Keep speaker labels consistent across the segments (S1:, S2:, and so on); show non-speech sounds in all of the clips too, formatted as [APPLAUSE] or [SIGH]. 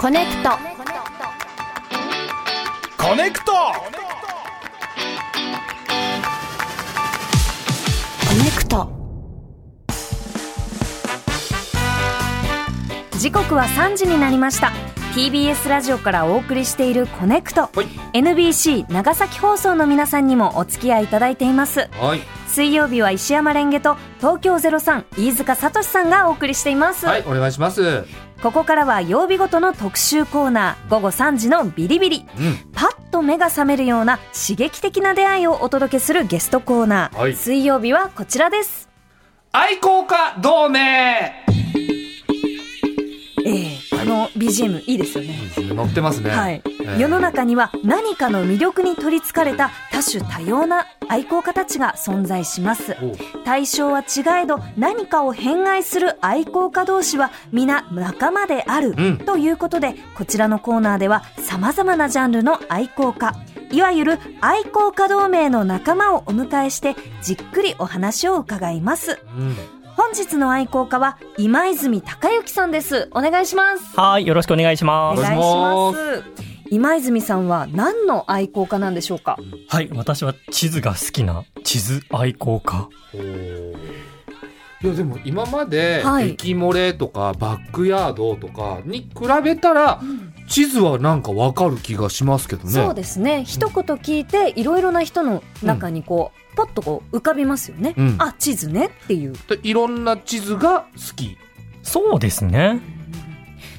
S1: コネクト
S2: コネクト
S1: コネクト
S3: 時刻は3時になりました TBS ラジオからお送りしている「コネクト
S4: はい」
S3: NBC 長崎放送の皆さんにもお付き合いいただいています
S4: はい、
S3: 水曜日は石山レンゲと東京03飯塚聡さんがお送りしています、
S4: はい、お願いします。うん、
S3: ここからは曜日ごとの特集コーナー午後3時のビリビリパッと目が覚めるような刺激的な出会いをお届けするゲストコーナー、
S4: はい
S3: 水曜日はこちらです
S4: 愛好家同盟。
S3: ええこの BGM いいですよね
S4: 乗ってますね。
S3: はい
S4: えー
S3: 世の中には何かの魅力に取りつかれた多種多様な愛好家たちが存在します
S4: おう
S3: 対象は違えど何かを偏愛する愛好家同士は皆仲間である、
S4: うん
S3: ということでこちらのコーナーでは様々なジャンルの愛好家いわゆる愛好家同盟の仲間をお迎えしてじっくりお話を伺います
S4: うん
S3: 本日の愛好家は今泉孝之さんですお願いします
S5: はい、よろしくお願いし
S3: お
S5: ま
S3: 願
S5: す。
S3: いし
S4: お
S3: ま
S4: 願
S3: す今泉さんは何の愛好家なんでしょうか
S5: はい、私は地図が好きな地図愛好家。
S4: おーいやでも今まで
S3: はい
S4: 駅漏れとかバックヤードとかに比べたら地図はなんかわかる気がしますけどね。
S3: そうですね一言聞いていろいろな人の中にこう、ポッとこう浮かびますよね、
S4: うん
S3: あ地図ねっていう
S4: でいろんな地図が好き
S5: そうですね。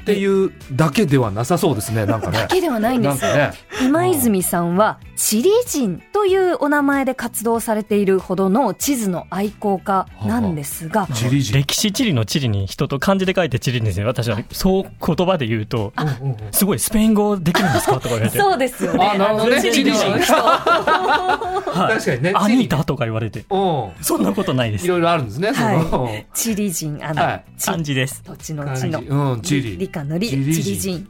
S4: っていうだけではなさそうですね。なんかね
S3: だ。けではないんで
S4: なん
S3: す
S4: かね。
S3: 今泉さんはチリ人というお名前で活動されているほどの地図の愛好家なんですが、
S4: 地理人。
S5: 歴史地理の地理に人と漢字で書いて地理ですね。私はそう言葉で言うと、すごいスペイン語できるんで
S4: [LAUGHS]
S5: すかとか言われて。
S3: そうですよね
S4: あ、なるほどね。
S3: 地
S4: 地
S3: 理
S4: 理
S3: 人
S4: 人。
S5: はい
S4: 確かにね。
S5: ア
S4: 地理
S5: ニータとか言われて。
S4: うん。
S5: そんなことないで
S4: い
S5: す。
S4: ろいろあるんですね。その
S3: はチリ人あの、
S4: はい
S3: 地
S5: 漢字です。
S3: 土地の地の
S4: うん、チ
S3: 理
S4: リ。
S3: 科の理チ
S4: チリ
S3: リ
S4: 人
S3: 人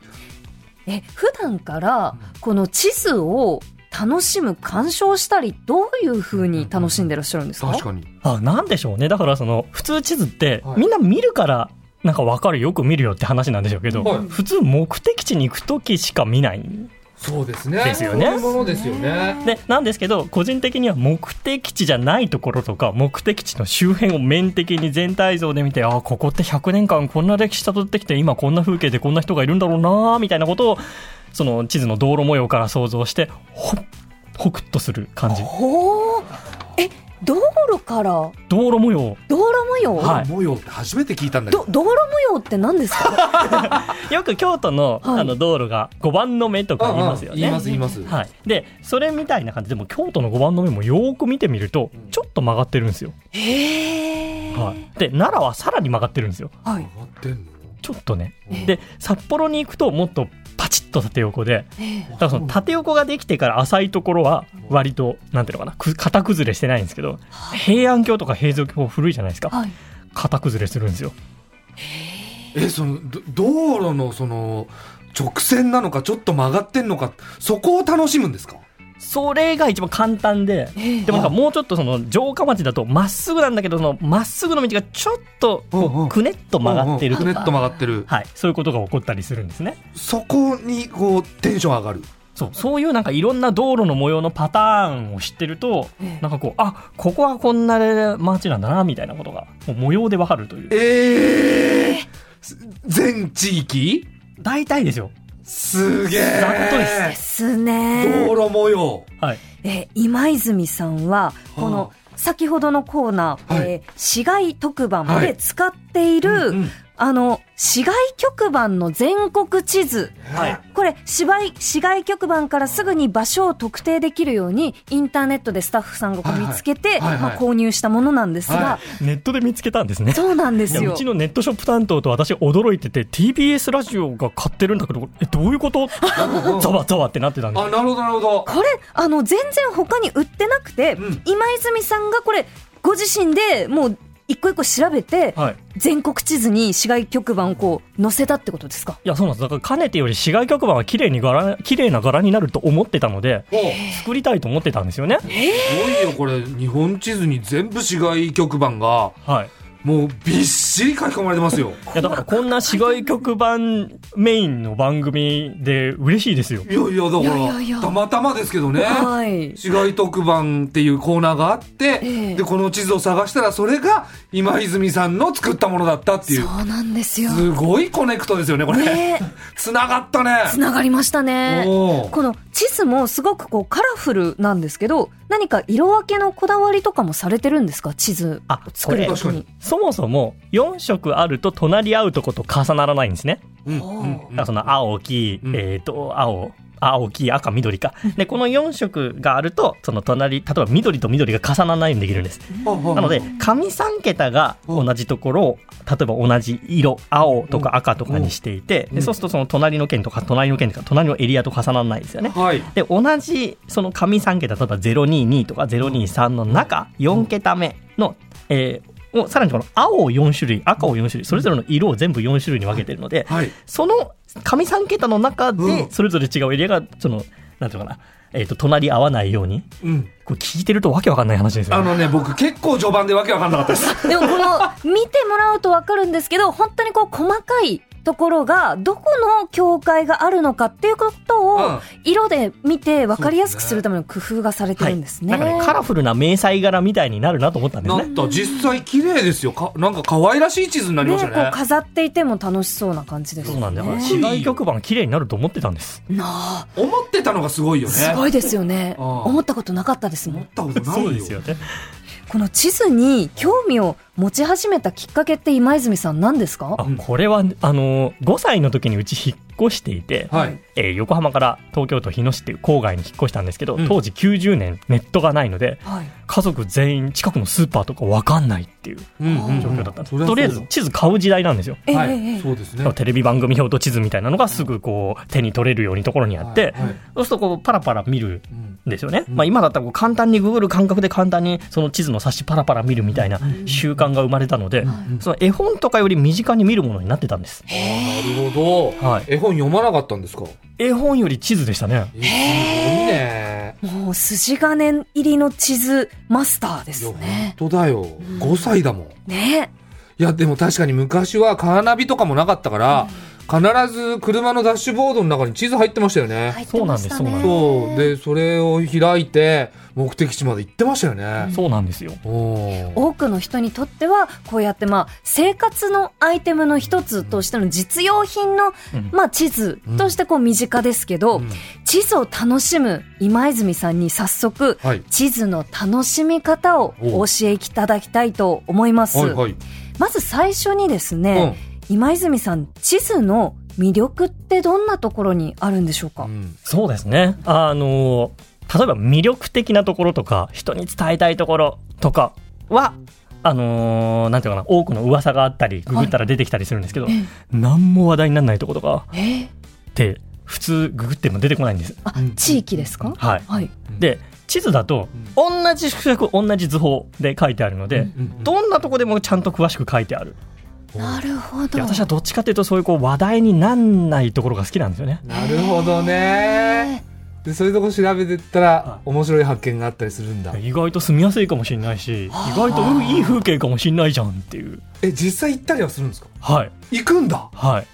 S3: え普段からこの地図を楽しむ鑑賞したりどういうふうに楽しんでらっしゃるんですか
S4: 確かに。
S5: あ、なんでしょうね。だからその、普通地図って
S4: はい
S5: みんな見るから、なんかわかるよく見るよって話なんでしょうけど、
S4: はい
S5: 普通目的地に行くときしか見ない
S4: そうですね。
S5: ですよね
S4: そういうものですよね。
S5: でなんですけど個人的には目的地じゃないところとか目的地の周辺を面的に全体像で見てああここって100年間こんな歴史たどってきて今こんな風景でこんな人がいるんだろうなーみたいなことをその地図の道路模様から想像してほほくっとする感じ
S3: ほうえ道路から
S5: 道路模様
S3: 道路模様、
S5: はい
S4: 模様って初めて聞いたんだけ
S3: ど
S4: ど。
S3: 道路模様って何ですか
S5: よく京都の,、
S3: はい
S5: あの道路が5番の目とか言いますよ
S4: 言い
S5: ね
S4: ます、言います。
S5: はい、でそれみたいな感じでも京都の5番の目もよーく見てみるとちょっと曲がってるんですよ、
S3: へえ、
S5: はい、で奈良はさらに曲がってるんですよ
S3: はい
S4: 上がってんの
S5: ちょっとね
S3: え
S5: で札幌に行くともっとパチッと縦横で
S3: え
S5: だからその縦横ができてから浅いところは割となんていうのかなく型崩れしてないんですけど平安京とか平蔵京古いじゃないです
S3: ー
S5: か
S3: はい、
S5: 型崩れするんですよ
S4: え、その、ど道路のその、直線なのか、ちょっと曲がってんのか、そこを楽しむんですか
S5: それが一番簡単で
S3: ええ
S5: でもなんかもうちょっとその城下町だとまっすぐなんだけどそのまっすぐの道がちょっとこ
S4: うんうん
S5: うくねっと曲がってる
S4: うん
S5: と
S4: うんくねっと曲がってる。
S5: はい、そういうことが起こったりするんですね
S4: そこに、こう、テンション上がる。
S5: そうそういうなんかいろんな道路の模様のパターンを知ってると、
S3: ええ
S5: なんかこうあここはこんな街なんだなみたいなことがもう模様でわかるという
S4: えー全地域
S5: 大体ですよ、
S4: すげえ
S5: ざっとです
S3: ですね
S4: 道路模様。
S5: はい、
S3: えー今泉さんはこの
S4: は
S3: 先ほどのコーナー、
S4: はい
S3: えー市街特番で使っている、
S4: うんうん
S3: あの市街局番の全国地図
S5: はい、
S3: これ市街市街局番からすぐに場所を特定できるようにインターネットでスタッフさんがこう
S4: はい
S3: 見
S4: はい
S3: つけて、
S4: はいはい
S3: まあ、購入したものなんですが、
S4: は
S5: ネットで見つけたんですね
S3: そうなんで
S5: い
S3: す
S5: や
S3: よ
S5: うちのネットショップ担当と私驚いてて TBS ラジオが買ってるんだけどえどういうこと [LAUGHS] ざわざわってなってたんで
S4: あ、なるほど、なるほど。
S3: これあの全然他に売ってなくて、
S4: うん
S3: 今泉さんがこれご自身でもう一個一個調べて、
S5: はい
S3: 全国地図に市街局番をこう載せたってことですか
S5: いやそうなんですだからかねてより市外局番は綺麗に柄綺麗な柄になると思ってたので
S4: おす
S5: 作りたいと思ってたんですよね
S4: ごいよこれ日本地図に全部市街局番が
S5: はい
S4: もうびっしり書き込まれてますよ。
S5: いやだからこんな市外局版メインの番組で嬉しいですよ
S4: [LAUGHS] いやいや、だか
S3: いやいやいや
S4: ら、たまたまですけどね。
S3: はい。
S4: 市街特番っていうコーナーがあって、
S3: ええ
S4: で、この地図を探したら、それが今泉さんの作ったものだったっていう。
S3: そうなんですよ。
S4: すごいコネクトですよね、これ。
S3: ね
S4: つながったね。
S3: つながりましたね。
S4: おー
S3: この地図もすごくこうカラフルなんですけど、何か色分けのこだわりとかもされてるんですか地図。
S5: あこ
S4: 作
S5: れ
S4: 確かに
S5: そもそも4色あると隣り合うとこと重ならないんですね
S4: うん
S3: おー
S4: うんうん
S5: だからその青黄、
S4: うん
S5: えっ、と青青黄赤緑かでこの4色があるとその隣例えば緑と緑が重ならないようにできるんです
S4: ああ
S5: なので上3桁が同じところを例えば同じ色青とか赤とかにしていて
S4: うん
S5: でそうするとその隣の県とか隣の県とか隣のエリアと重ならないんですよね
S4: はい。
S5: で同じその上3桁例えば022とか023の中4桁目の、えーをさらにこの青を4種類赤を4種類それぞれの色を全部4種類に分けてるので
S4: はい。
S5: その上3桁の中
S4: う
S5: で
S4: ん
S5: それぞれ違うエリアがそのなんていうのかな、えー、と隣り合わないように
S4: うん。
S5: これ聞いてるとわけわかんない話ですよ
S4: あ
S5: ね。
S4: のね、僕結構序盤でわけわかんなかったです。
S3: でもこの見てもらうとわかるんですけど、本当にこう細かいところがどこの境界があるのかっていうこと
S4: う
S3: を
S4: ん
S3: 色で見て分かりやすくするための工夫がされて
S5: はい
S3: るんですね。
S5: なんかねカラフルな迷彩柄みたいになるなと思ったんです
S4: な
S5: ね
S4: った。実際綺麗ですよ。か、なんか可愛らしい地図になりま
S3: ね
S4: した
S3: こう
S4: ね。
S3: 飾っていても楽しそうな感じです
S5: そう
S3: よ
S5: なんだよ
S3: ね。
S5: 市外局番綺麗になると思ってたんです
S3: なあ、
S4: 思ってたのがすごいよね。
S3: すごいですよね。
S4: うん
S3: 思ったことなかったですも
S4: 思っ
S3: ん。
S4: たことない
S5: そ
S4: よ。
S5: うですよね
S3: この地図に興味を持ち始めたきっかけって今泉さん何ですか
S5: あこれはあの5歳の時にうち引っ越していて、
S4: はい。
S5: えー横浜から東京都日野市っていう郊外に引っ越したんですけど、
S4: うん
S5: 当時90年ネットがないので
S3: はい。
S5: 家族全員近くのスーパーとか分かんないっていう
S4: うんうん
S5: 状況だったんです、
S4: そりゃそ
S5: と
S4: う
S5: り
S4: だ
S5: あえず地図買う時代なんですよ
S3: ええ
S4: はい、
S3: ええ
S4: そうですね。
S5: テレビ番組表と地図みたいなのがすぐこう手に取れるようにところにあって、
S4: はいはい
S5: そうするとこうパラパラ見る
S4: うん
S5: んですよね、
S4: うん
S5: まあ、今だったらこう簡単にググる感覚で簡単にその地図の冊子パラパラ見るみたいな習慣が生まれたので、
S4: うん
S5: その絵本とかより身近に見るものになってたんです、
S4: なるほど、
S5: はい
S4: 絵本読まなかったんですか
S5: 絵本より地図でしたね
S4: えーすごいね
S3: もう筋金入りの地図マスターで
S4: い
S3: す
S4: や
S3: ね。
S4: 本当だよ、5歳だもんい
S3: ね
S4: やでも確かに昔はカーナビとかもなかったから、必ず車のダッシュボードの中に地図入ってましたよね、
S3: 入って
S5: そう
S3: ま
S5: なん
S3: し
S5: で
S3: た
S5: すそうな
S3: ね。
S5: んです
S4: そうでそれを開いて目的地まで行ってましたよね、
S5: そうなんですよ
S4: おー
S3: 多くの人にとってはこうやってまあ生活のアイテムの一つとしての実用品の
S5: うん
S3: まあ地図としてこう身近ですけど、
S4: うん
S3: 地図を楽しむ今泉さんに早速
S4: はい
S3: 地図の楽しみ方をお教えいただきたいと思います。
S4: はいはい、
S3: まず最初にですね、今泉さん地図の魅力ってどんなところにあるんでしょう
S4: う
S3: か、
S4: ん
S5: そうですねあの例えば魅力的なところとか人に伝えたいところとかはあのーなんていうのかな多くの噂があったりググったら出てきたりするんですけど、何も話題にならないところとか
S3: えー
S5: って普通ググっても出てこないんです
S3: あ
S4: うん
S3: 地域ですか
S5: はい
S3: はい
S5: で地図だと同じ縮尺同じ図法で書いてあるので、
S4: うん
S5: どんなとこでもちゃんと詳しく書いてある
S3: なるほど
S5: で私はどっちかというとそういうこう話題になんないところが好きなんですよね
S4: なるほどねでそういうとこ調べてったら
S5: は
S4: 面白い発見があったりするんだ
S5: 意外と住みやすいかもしれないし意外とうんいい風景かもしれないじゃんっていう
S4: え実際行ったりはするんですか
S5: はい
S4: 行くんだ
S5: はい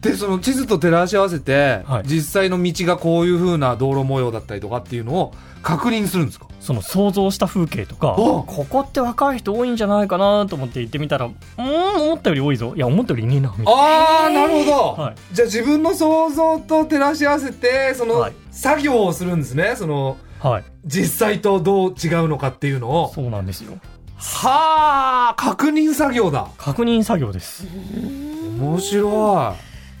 S4: でその地図と照らし合わせて、
S5: はい
S4: 実際の道がこういう風な道路模様だったりとかっていうのを確認するんですか
S5: その想像した風景とか
S4: お
S5: ここって若い人多いんじゃないかなと思って行ってみたらうーん思ったより多いぞいや思ったよりいねえなみたい
S4: あーなるほど、
S5: はい
S4: じゃあ自分の想像と照らし合わせてそ
S5: は
S4: の
S5: い
S4: 作業をするんですねその
S5: なはい
S4: 実際とどう違うのかっていうのを
S5: そうなんですよ
S4: はあ確認作業だ
S5: 確認作業です [LAUGHS]
S4: 面白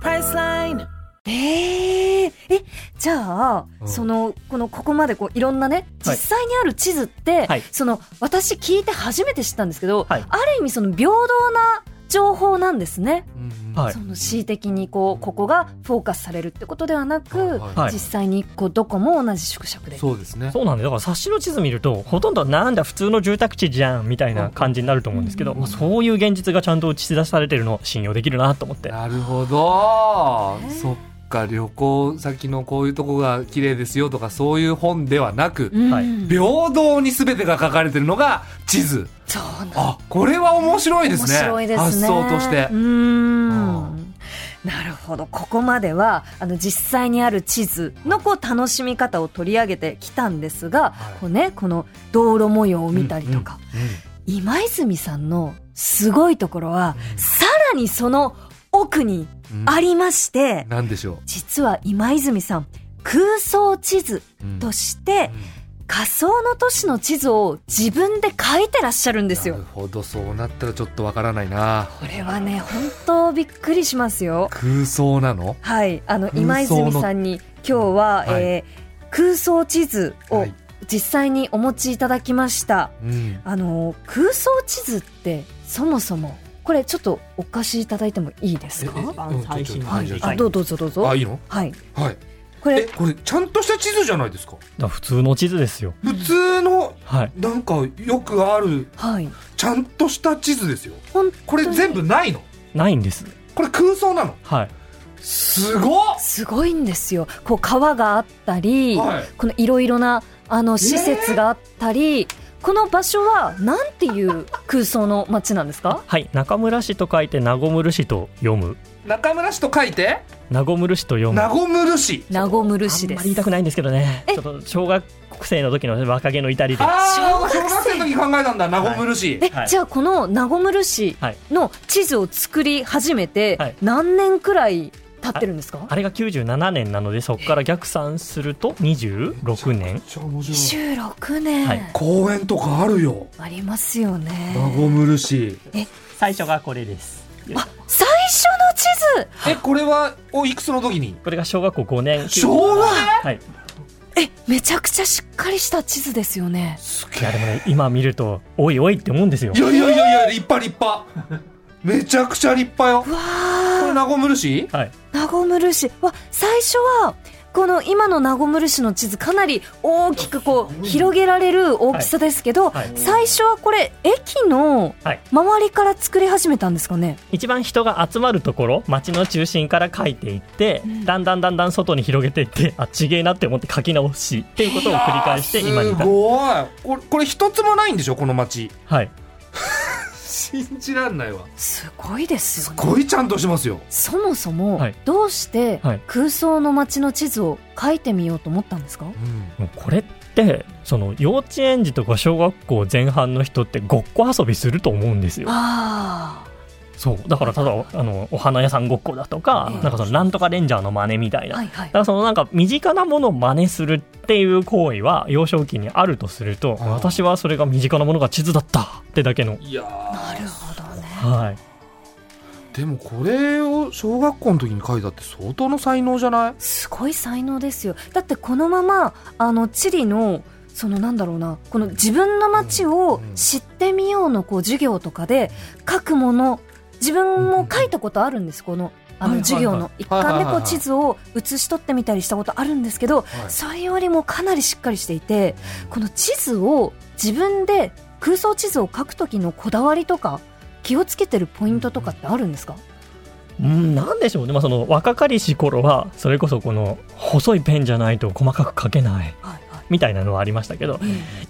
S2: price line.
S3: えええ、じゃあ、
S4: うん
S3: その、この、ここまでこう、いろんなね、実
S5: はい
S3: 際にある地図って、
S5: はい
S3: その、私聞いて初めて知ったんですけど、
S5: はい
S3: ある意味その、平等な情報なんですね。
S4: うん
S5: はい
S3: その、恣意的にこう、ここがフォーカスされるってことではなく、
S4: はい
S5: はい
S3: 実際にこう、どこも同じ縮尺で。
S4: そうですね
S5: そうなんでだから冊子の地図見るとほとんどなんだ普通の住宅地じゃんみたいな感じになると思うんですけど、まあ、そういう現実がちゃんと打ち出されてるのを信用できるなと思って
S4: なるほど、そっか旅行先のこういうとこが綺麗ですよとかそういう本ではなく、
S3: うん
S5: はい
S4: 平等に全てが書かれてるのが地図
S3: そうなん
S4: あこれは面白いですね
S3: 面白いですね。
S4: 発想として
S3: うー。
S4: うん
S3: なるほど。ここまでは、あの、実際にある地図のこう、楽しみ方を取り上げてきたんですが、
S4: はい
S3: こうね、この道路模様を見たりとか、
S4: うんうん
S3: 今泉さんのすごいところは、さらにその奥に
S4: うん
S3: ありまして、
S4: なんでしょ
S3: 実は今泉さん、空想地図
S4: う、うん
S3: として、仮想の都市の地図を自分で書いてらっしゃるんですよ
S4: なる。ほどそうなったらちょっとわからないな
S3: これはね本当びっくりしますよ
S4: 空想なの
S3: はいあの
S4: 空想の
S3: 今泉さんに今日は、
S4: はい
S3: えー空想地図
S4: は
S3: を
S4: い
S3: 実際にお持ちいただきました、
S4: うん
S3: あの空想地図ってそもそもこれちょっとお貸しいただいてもいいです
S4: ええ
S3: か
S4: うん
S5: 最
S4: ち
S5: 新
S4: ょっと
S5: 版
S4: はいじゃあ
S3: あどうどうぞどうぞ
S4: あいいの
S3: はい
S4: はい
S3: こ
S4: え
S3: れ
S4: これちゃんとした地図じゃないですか
S5: だから普通の地図ですよ
S4: 普通の
S5: はい
S4: なんかよくある
S3: はい
S4: ちゃんとした地図ですよ
S3: 本
S4: これ全部ないの
S5: ないんです
S4: これ空想なの
S5: はい
S4: すごっ
S3: すごいんですよこう川があったり、
S4: はい
S3: このいろいろなあの施設があったり、この場所はなんていう空想の街なんですか
S5: はい中村市と書いて名古村市と読む
S4: 中村市と書いて
S5: 名古村市と読む
S4: 名古村市
S3: 名古
S5: あ
S3: 村市
S5: ん
S3: で
S5: まり
S3: す
S5: 言いたくないんですけどね
S3: え
S5: ちょっと小学生の時の若気の至りでは
S4: ああ
S3: 小学生
S4: 小学生の時考えたんだ名古村市
S3: え、
S5: はい
S3: じゃあこの名古村市
S5: い
S3: の地図を作り始め
S5: は
S3: て
S5: い
S3: 何年くらい経ってるんですか
S5: あれが97年なのでそこから逆算すると26
S4: め
S5: 年
S4: っちゃ面白い
S3: 26年、
S5: はい
S4: 公園とかあるよ
S3: ありますよ
S4: 名
S3: ね
S4: 古村市
S5: 最初がこれです
S3: 最初の地図
S4: えこれはおいくつの時に
S5: これが小学校5年
S4: 小学
S5: はい
S3: えめちゃくちゃしっかりした地図ですよね
S4: す
S5: いやでもね今見るとおいおいって思うんですよ
S4: いやいやいやいや立派立派めちゃくちゃ立派よ
S3: うわ
S4: これ
S3: ー
S4: 名古村市
S5: はい
S3: 名古村市は最初はこの今の名古村市の地図かなり大きくこう広げられる大きさですけど、
S5: はいはい
S3: 最初はこれ駅の
S5: はい
S3: 周りから作り始めたんですかね
S5: 一番人が集まるところ街の中心から書いていって、だんだんだんだん外に広げていってあちげえなって思って書き直しっていうことを繰り返して今に
S4: す
S5: 至る
S4: ごいこれこれ一つもないんでしょこの町
S5: はい
S4: 信じらんないわ
S3: すごいです
S4: す
S3: よね
S4: ごいちゃんとしてますよ
S3: そもそも
S5: はい
S3: どうして
S5: はい
S3: 空想の街の地図を書いてみようと思ったんですか、
S5: もうこれってその幼稚園児とか小学校前半の人ってごっこ遊びすると思うんですよ
S3: あ
S5: そうだからただあのお花屋さんごっこだとか、
S3: ええ
S5: なんかそのなんとかレンジャーの真似みたい
S3: あ
S5: な、
S3: はい
S5: だ
S3: はい
S5: からそのなんか身近なものを真似するっていう行為は幼少期にあるとすると
S4: ああ
S5: 私はそれが身近なものが地図だったってだけの
S4: いやー
S3: なるほどね
S5: はい
S4: でもこれを小学校の時に書いたって相当の才能じゃない
S3: すごい才能ですよだってこのままあの地理のそのなんだろうなこの自分の街を知ってみようのこう授業とかで書くもの自分も書いたことあるんですこのあの
S4: はいはいはい
S3: 授業の一環で
S4: はいはい
S3: こ
S4: は
S3: う
S4: い
S3: 地図を写し取ってみたりしたことあるんですけど
S4: はい
S3: それよりもかなりしっかりしていてこの地図を自分で空想地図を書く時のこだわりとか気をつけてるポイントとかってあるんですか
S5: うん、なんでしょうね、まあ、その若かりし頃はそれこそこの細いペンじゃないと細かく書けない
S3: はいはい
S5: みたいなのはありましたけど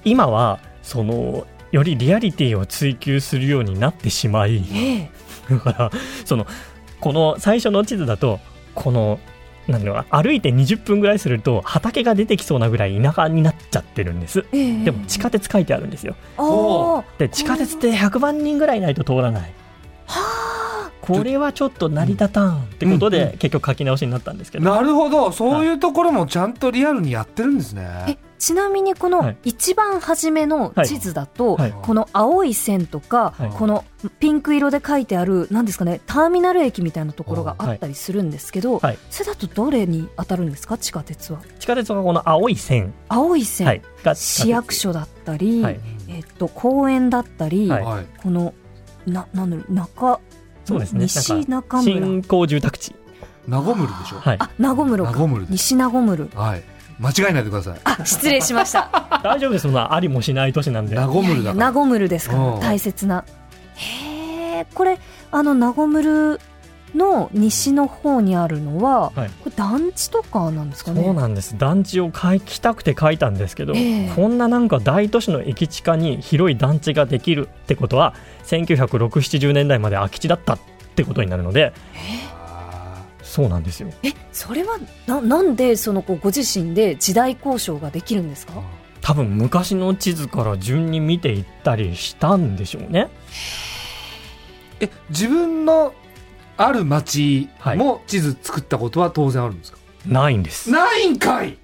S5: 今はそのよりリアリティを追求するようになってしまい
S3: ええ
S5: だからそのこの最初の地図だとこのなんだろうな歩いて20分ぐらいすると畑が出てきそうなぐらい田舎になっちゃってるんです
S3: ええ
S5: でも地下鉄書いてあるんですよ
S3: あー
S4: お
S3: は
S5: で地下鉄って100万人ぐらいいないと通らない
S3: あ
S5: これはちょっと成り立たんってこと
S4: うん
S5: で結局書き直しになったんですけど
S4: なるほどそういうところもちゃんとリアルにやってるんですね
S3: えちなみにこ
S5: は
S3: の
S5: い
S3: 一番初めの地図だと、
S5: はい
S3: この青い線とか、
S5: はい
S3: このピンク色で書いてある何ですかねターミナル駅みたいなところがあったりするんですけど、
S5: はいはい
S3: それだとどれに当たるんですか地下鉄は
S5: 地下鉄はこの青い線、
S3: 青い線、
S5: はい、が
S3: 市役所だったり、
S5: はい
S3: えっと、公園だったり、
S5: はい
S4: はい
S3: このななんだろう中
S5: そうですね
S3: 西
S5: なん
S3: 中村
S5: 新興住宅地
S4: ナゴムルでしょ
S5: はい
S3: あ名古室
S4: ナ
S3: か
S4: ゴムルです
S3: 西名古室
S4: はい間違えないでください
S3: あ失礼しました
S5: 大丈夫ですそんなありもしない都市なんで
S4: ナゴム
S3: いや
S4: ルだ
S3: いや
S4: か
S3: ナ
S4: ら
S3: ゴムルですか
S4: う
S3: ら
S4: ん
S3: 大切なへえこれあのナゴムルの西の方にあるのは、
S5: はい
S3: これ団地とかなんですかね
S5: そうなんです団地を書きたくて書いたんですけど、
S3: ええ
S5: こんななんか大都市の駅地下に広い団地ができるってことは196070年代まで空き地だったってことになるので
S4: あ
S5: そうなんですよ
S3: えそれはななんでそのこうご自身で時代交渉ができるんですか
S4: ー
S5: 多分昔の地図から順に見ていったりしたんでしょうね
S4: え自分のある町
S5: はい
S4: も地図作ったことは当然あるんですか、
S5: ないんです
S4: ないんかい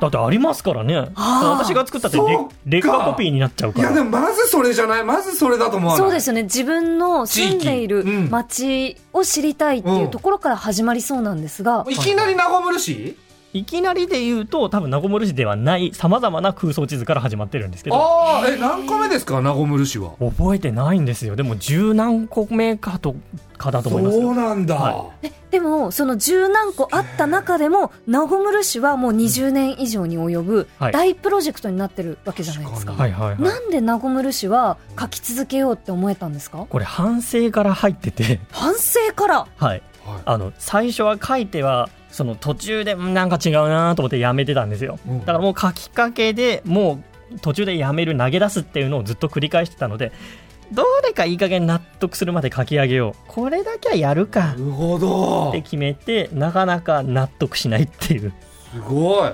S5: だってありますからね
S3: あー
S5: 私が作ったってレ
S4: そうか
S5: 劣化コピーになっちゃう
S4: い
S5: か
S4: やで
S5: ら
S4: もまずそれじゃないまずそれだと思わない
S3: そうですよね自分の
S4: 地域
S3: 住んでいる
S4: うん
S3: 町を知りたいっていうところから始まりそうなんですが、
S4: いきなりナゴムル市
S5: いきなりで言うと多分ナゴムル市ではないさまざまな空想地図から始まってるんですけど
S4: ああえ何個目ですかナゴムル市は
S5: 覚えてないんですよでも十何個目かとかだと思います
S4: そ
S5: よ
S4: うなんだ、
S5: は
S3: でもその十何個あった中でも名古室市はもう20年以上に及ぶ
S5: はい
S3: 大プロジェクトになってるわけじゃないです
S4: 確
S3: か
S4: かに
S5: はいはいはい
S3: なんで名古室氏は書き続けようって思えたんですか
S5: これ反省から入ってて [LAUGHS]
S3: 反省から
S5: はい
S4: はい
S5: あの最初は書いてはその途中でうんなんか違うなと思ってやめてたんですよ
S4: うん
S5: だからもう書きかけでもう途中でやめる投げ出すっていうのをずっと繰り返してたのでどれかいい加減納得するまで書き上げようこれだけはやるか
S4: なるほど
S5: って決めてなかなか納得しないっていう
S4: すごい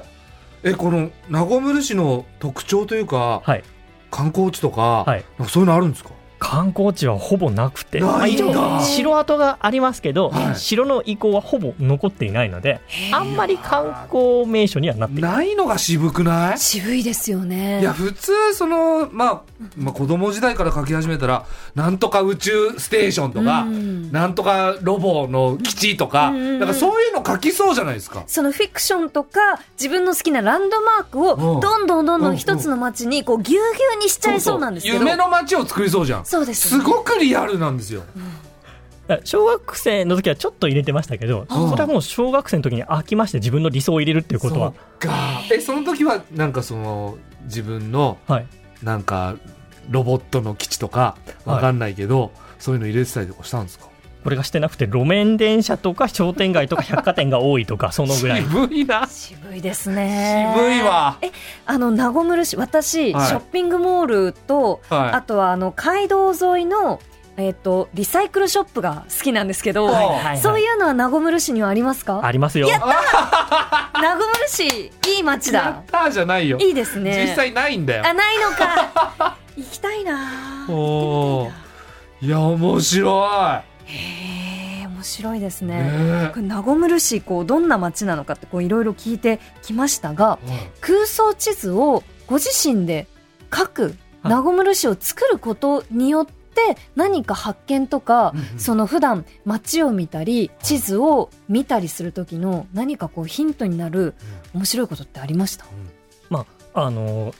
S4: えこの名古屋市の特徴というか、
S5: はい
S4: 観光地とか,、
S5: はい
S4: なんかそういうのあるんですか
S5: 観光地はほぼなくて、
S4: ないんだ
S5: まあ一応城跡がありますけど、
S4: はい
S5: 城の遺構はほぼ残っていないのであんまり観光名所にはなっていない
S4: ないのが渋くない
S3: 渋いですよね
S4: いや普通その、まあ、まあ子供時代から書き始めたらなんとか宇宙ステーションとか、
S3: うん
S4: なんとかロボの基地とか、
S3: うんうんうん
S4: なんかそういうの書きそうじゃないですか。
S3: そのフィクションとか自分の好きなランドマーク
S4: う
S3: を
S4: ん
S3: どんどんどんど
S4: うんん
S3: 一つの街にこうぎゅうぎゅうにしちゃいそうなんですけど
S4: 夢の街を作りそうじゃん。
S3: そうです
S4: す
S3: よね
S4: ごくリアルなんですよ。
S5: だから小学生の時はちょっと入れてましたけど
S4: ああ
S5: それはもう小学生の時に飽きまして自分の理想を入れるっていうことは
S4: そっかえその時はなんかその自分の
S5: はい
S4: なんかロボットの基地とか
S5: はい
S4: わかんないけど、そういうの入れてたりとかしたんですか
S5: これがしてなくて路面電車とか商店街とか百貨店が多い
S4: [LAUGHS]
S5: とかそのぐらい
S4: 渋いな
S3: 渋いですね
S4: 渋いわ
S3: えあの名古屋市私、
S4: はい
S3: ショッピングモールと、
S4: はい
S3: あとはあの街道沿いの、えっとリサイクルショップが好きなんですけど、
S4: はい
S5: はい
S3: そういうのは名古屋市にはありますか
S5: ありますよ
S3: 名古屋市いい街
S4: や
S3: だ
S4: ったーじゃないよ
S3: いいですね
S4: 実際ないんだよ
S3: あないのか
S4: [LAUGHS]
S3: 行きたいな
S4: おおいや面白
S3: へえ面白いです
S4: い
S3: ね
S4: ね
S3: これ名古屋市こうどんな街なのかってこういろいろ聞いてきましたが
S4: えはい
S3: 空想地図をご自身で書く
S5: はい
S3: 名古屋市を作ることによって何か発見とか、
S4: うんうん
S3: その普段街を見たり地図を見たりする時の何かこうヒントになる面白いことってありました、
S5: あの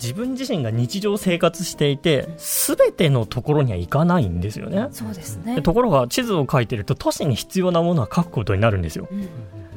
S5: 自分自身が日常生活していて全てのところには行かないんですよね。
S3: そうですね
S5: でところが地図を書いてると都市に必要なものは書くことになるんですよ、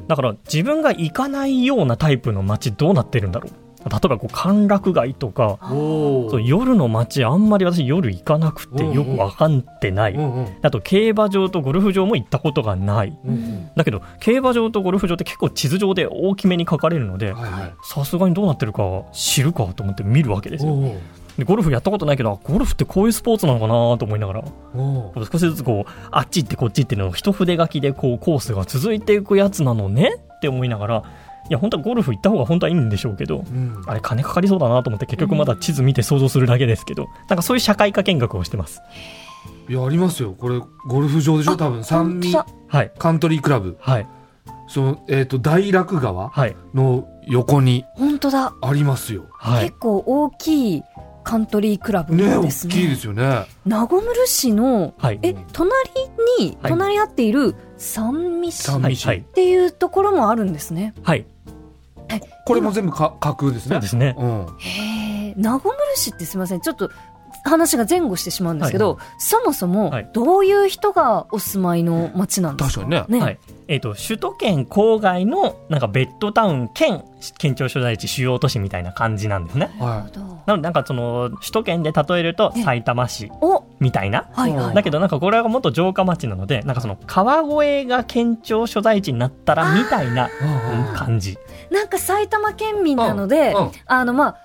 S5: だから自分が行かないようなタイプの街どうなってるんだろう例えばこう歓楽街とか
S4: お
S5: そう
S4: ー
S5: 夜の街あんまり私夜行かなくてよく分かってない、
S4: うんうん
S5: あと競馬場とゴルフ場も行ったことがない
S4: うん
S5: だけど競馬場とゴルフ場って結構地図上で大きめに書かれるの
S4: う
S5: で
S4: んはいはい
S5: さすがにどうなってるか知るかと思って見るわけですよ
S4: おー
S5: でゴルフやったことないけどあゴルフってこういうスポーツなのかなと思いながら
S4: おー
S5: 少しずつこうあっち行ってこっち行っての一筆書きでこうコースが続いていくやつなのねって思いながらいや本当はゴルフ行った方が本当はいいんでしょうけど
S4: うん
S5: あれ金かかりそうだなと思って結局まだ地図見て想像するだけですけどなんかそういう社会科見学をしてます
S4: いやありますよこれゴルフ場でしょ多分三味
S3: 本
S5: はい
S4: カントリークラブ
S5: はい
S4: そのえっ、と大楽川
S5: はい
S4: の横に
S3: 本当だ、
S4: ありますよ
S5: はい
S3: 結構大きいカントリークラブ
S4: ね大
S3: ですね
S4: きいですよね
S3: ナゴムル市の
S5: はい
S3: え隣に
S5: はい
S3: 隣り合っている三味市
S4: 三
S5: はい
S4: 味
S5: は
S4: 線
S5: い
S3: っていうところもあるんですね
S5: はい
S4: これも全部か架空ですね
S5: そうですね
S4: うん
S3: へえナゴムル市ってすいませんちょっと話が前後してしまうんですけど、そもそも
S5: はい
S3: どういう人がお住まいの町なんです
S4: 確
S3: か、
S4: かにね
S3: ね、
S5: はいえー、と首都圏郊外のなんかベッドタウン兼県庁所在地主要都市みたいな感じなんですね
S4: は
S5: なのでなんかその首都圏で例えると
S3: ええ
S5: 埼玉市
S3: お
S5: みたいな
S3: はいはい
S5: だけどなんかこれはもっと城下町なのでなんかその川越が県庁所在地になったらみたいな
S4: うんうん
S5: うん感じ
S3: なんか埼玉県民なので、
S4: うんうん
S3: あのまあ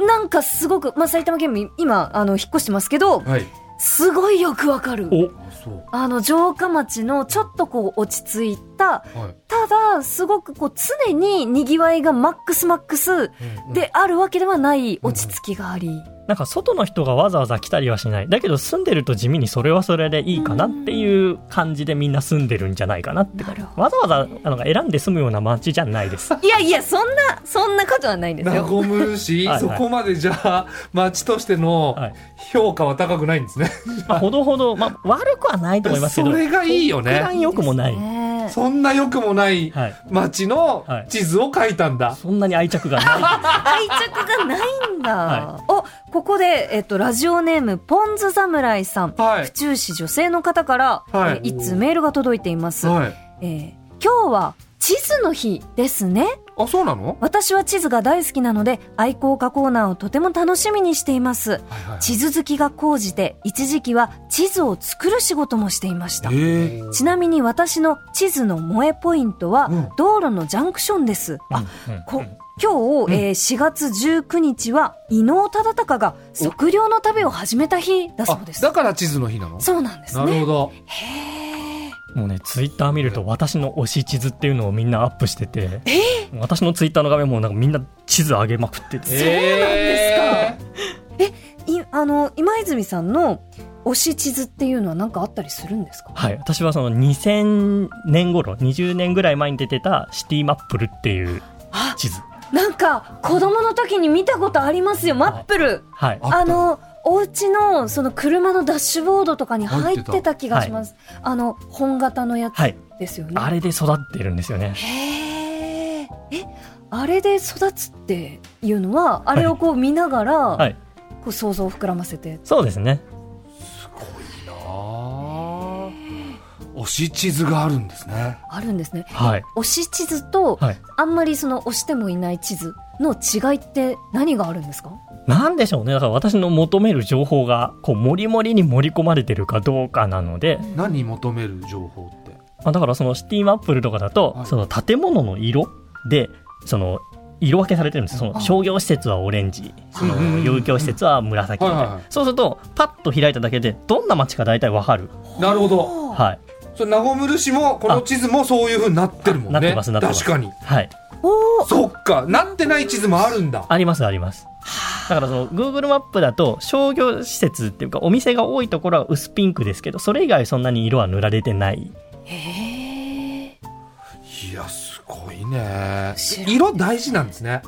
S3: なんかすごく、まあ、埼玉県民今あの引っ越してますけど
S4: はい
S3: すごいよくわかる
S5: お
S4: あそう
S3: あの城下町のちょっとこう落ち着いた
S4: はい
S3: ただすごくこう常ににぎわいがマックスマックス
S4: うん
S3: であるわけではない落ち着きがあり、
S5: なんか外の人がわざわざ来たりはしないだけど住んでると地味にそれはそれでいいかなっていう感じでみんな住んでるんじゃないかなって
S3: なるほ
S5: わざわざあの選んで住むような町じゃな
S4: [LAUGHS]
S5: いです
S3: いやいやそんなそんなことはないんです
S4: ナ
S3: よ
S4: ゴムル市
S5: はいはい
S4: そこまでじゃあ町としての
S5: はい
S4: 評価は高くないんですね
S5: まあほどほど、まあ、悪くはないと思いますけ
S4: そ
S5: ど
S4: れがいいよ
S5: 一
S4: ね
S5: 番良くもない
S3: ね
S4: そんな良くもない
S5: はい
S4: 町の地図を書いたんだ
S5: そんなに愛着がない
S3: 愛着がないんだ、
S5: は
S3: おここで、えっと、ラジオネームポンズ侍さん、
S4: はい
S3: 府中市女性の方から、
S4: はい
S3: えーいつメールが届いています、
S4: はい
S3: えー今日は地図の日ですね
S4: あそうなの
S3: 私は地図が大好きなので愛好家コーナーをとても楽しみにしています
S4: はいはい
S3: 地図好きが高じて一時期は地図を作る仕事もしていました
S4: え
S3: ちなみに私の地図の萌えポイントは、
S4: うん
S3: 道路のジャンクションです、
S4: [LAUGHS]
S3: あ
S5: うんうん
S3: こ今日、えー4月19日は伊能忠敬が測量の旅を始めた日だそう
S4: あ
S3: です
S4: だから地図の日なの
S3: そうなんです
S4: なる
S3: ね
S4: ほど
S3: へー
S5: もうねツイッター見ると私の推し地図っていうのをみんなアップしてて、私のツイッターの画面もなんかみんな地図上げまくってて、
S4: えー
S3: いあの今泉さんの推し地図っていうのは何かあったりするんですか
S5: はい、私はその2000年頃20年ぐらい前に出てたシティマップルっていう
S3: あ
S5: 地図
S3: なんか子供の時に見たことありますよマップル
S5: はい
S4: あった
S3: あのお家のその車のダッシュボードとかに入ってた気がします、あの本型のやつ
S5: はい
S3: ですよね、
S5: あれで育ってるんですよね
S3: へーえあれで育つっていうのはあれをこう見ながら、
S5: はい
S3: こう想像を膨らませて
S5: そうですね
S4: すごいなあ推し地図があるんですね
S3: あるんですね
S5: はい
S3: 推し地図と
S5: はい
S3: あんまりその推してもいない地図の違いって何があるんですか
S5: なんでしょうねだから私の求める情報がこうもりもりに盛り込まれてるかどうかなので、
S4: 何求める情報って
S5: まあ、だからそのシティマップルとかだと、
S4: はい
S5: その建物の色でその色分けされてるんですそ
S3: あ
S5: の商業施設はオレンジそ
S4: うんうんう
S5: の
S4: ん
S5: 遊興施設は紫みたい
S4: はいはいは
S5: ないそうするとパッと開いただけでどんな街か大体わかる、
S4: なるほど
S5: はい
S4: それナゴムル市もこの地図もそういうふうになってるもんね
S5: なってますなってます
S4: 確かに
S5: はい、
S3: おー
S4: そっかなってない地図もあるんだ
S5: ありますありますだからその Google マップだと商業施設っていうかお店が多いところは薄ピンクですけどそれ以外そんなに色は塗られてない
S3: へえ
S4: いやすごいね
S3: 白い
S4: 色大事なんですね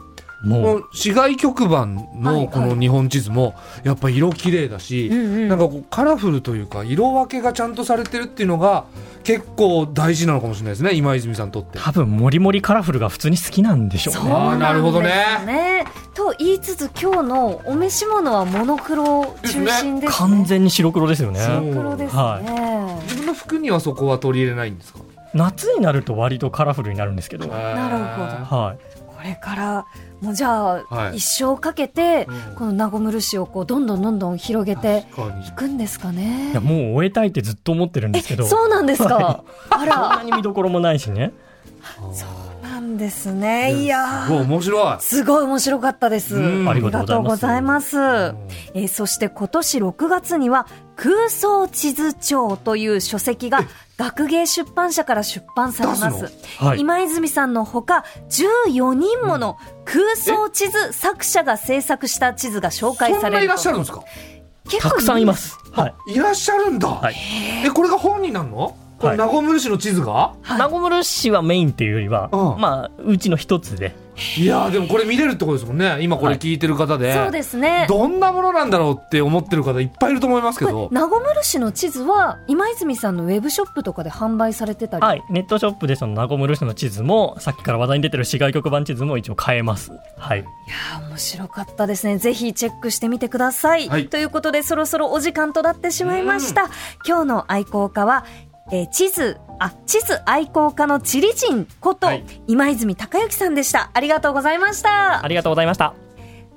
S5: も
S4: こ
S5: う
S4: の市街局番
S3: はいは
S4: の
S3: い
S4: この日本地図もやっぱ色綺麗だし、
S3: うんうん
S4: なんかこうカラフルというか色分けがちゃんとされてるっていうのが結構大事なのかもしれないですね今泉さんにとって。
S5: 多分モリモリカラフルが普通に好きなんでしょう
S3: そう
S5: ね
S4: あーなるほどね
S3: なんですねとと言いつつ今日のお召し物はモノクロ中心ですね
S5: 完全に白黒ですよね
S4: そう
S3: モノクロですね、
S4: 自分の服にはそこは取り入れないんですか
S5: 夏になると割とカラフルになるんですけど、は
S3: なる
S4: る
S5: い、
S3: これからもうじゃあ、
S4: はい
S3: 一生かけて、
S4: うん
S3: このナゴムルシをこうどんどんどんどん広げて
S4: 確かに
S3: いくんですかね
S5: いやもう終えたいってずっと思ってるんですけど
S3: そうなんですかあ
S5: そんな
S3: ら
S5: に見どころもないしね
S4: そう
S3: なんですねいや
S4: すごい
S3: ー
S4: 面白い
S3: すごい面白かったです
S4: うん
S3: あ
S5: あ
S3: り
S5: り
S3: が
S5: が
S3: と
S5: と
S3: う
S5: う
S3: ご
S5: ご
S3: ざ
S5: ざ
S3: い
S5: い
S3: ますえーそして今年6月には空想地図帳という書籍が学芸出版社から出版されま
S4: 出
S3: す
S4: す
S5: はい、
S3: 今泉さんのほか14人もの空想地図作者が制作した地図が紹介
S4: そ
S3: さ
S4: んな
S3: れ
S4: い
S3: る
S4: らっ
S3: と
S4: しゃるんですか
S3: 結
S5: たくさんいます、はい、
S4: いらっしゃるんだ、
S5: はい
S4: えこれが本になるのこ
S5: は
S4: れ
S5: い
S4: ナゴムル市の地図が
S5: ナゴムル市はメインっていうよりは、
S4: うん
S5: まあうちの一つで
S4: いやーでもこれ見れるってことですもんね今これ聞いてる方で、
S3: そうですね
S4: どんなものなんだろうって思ってる方いっぱいいると思いますけ
S3: これ
S4: ど
S3: ナゴムル市の地図は今泉さんのウェブショップとかで販売されてたり、
S5: はい、ネットショップでそのナゴムル市の地図もさっきから話題に出てる市外局版地図も一応変えます。はい、
S3: いやー面白かったですねぜひチェックしてみてください、
S4: はい
S3: ということでそろそろお時間となってしまいました、今日の愛好家は、えー地図あ地図愛好家のチリ人こと、
S4: はい
S3: 今泉孝之さんでしたありがとうございました
S5: ありがとうございました。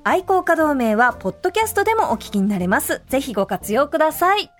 S3: 愛好家同盟はポッドキャストでもお聞きになれますぜひご活用ください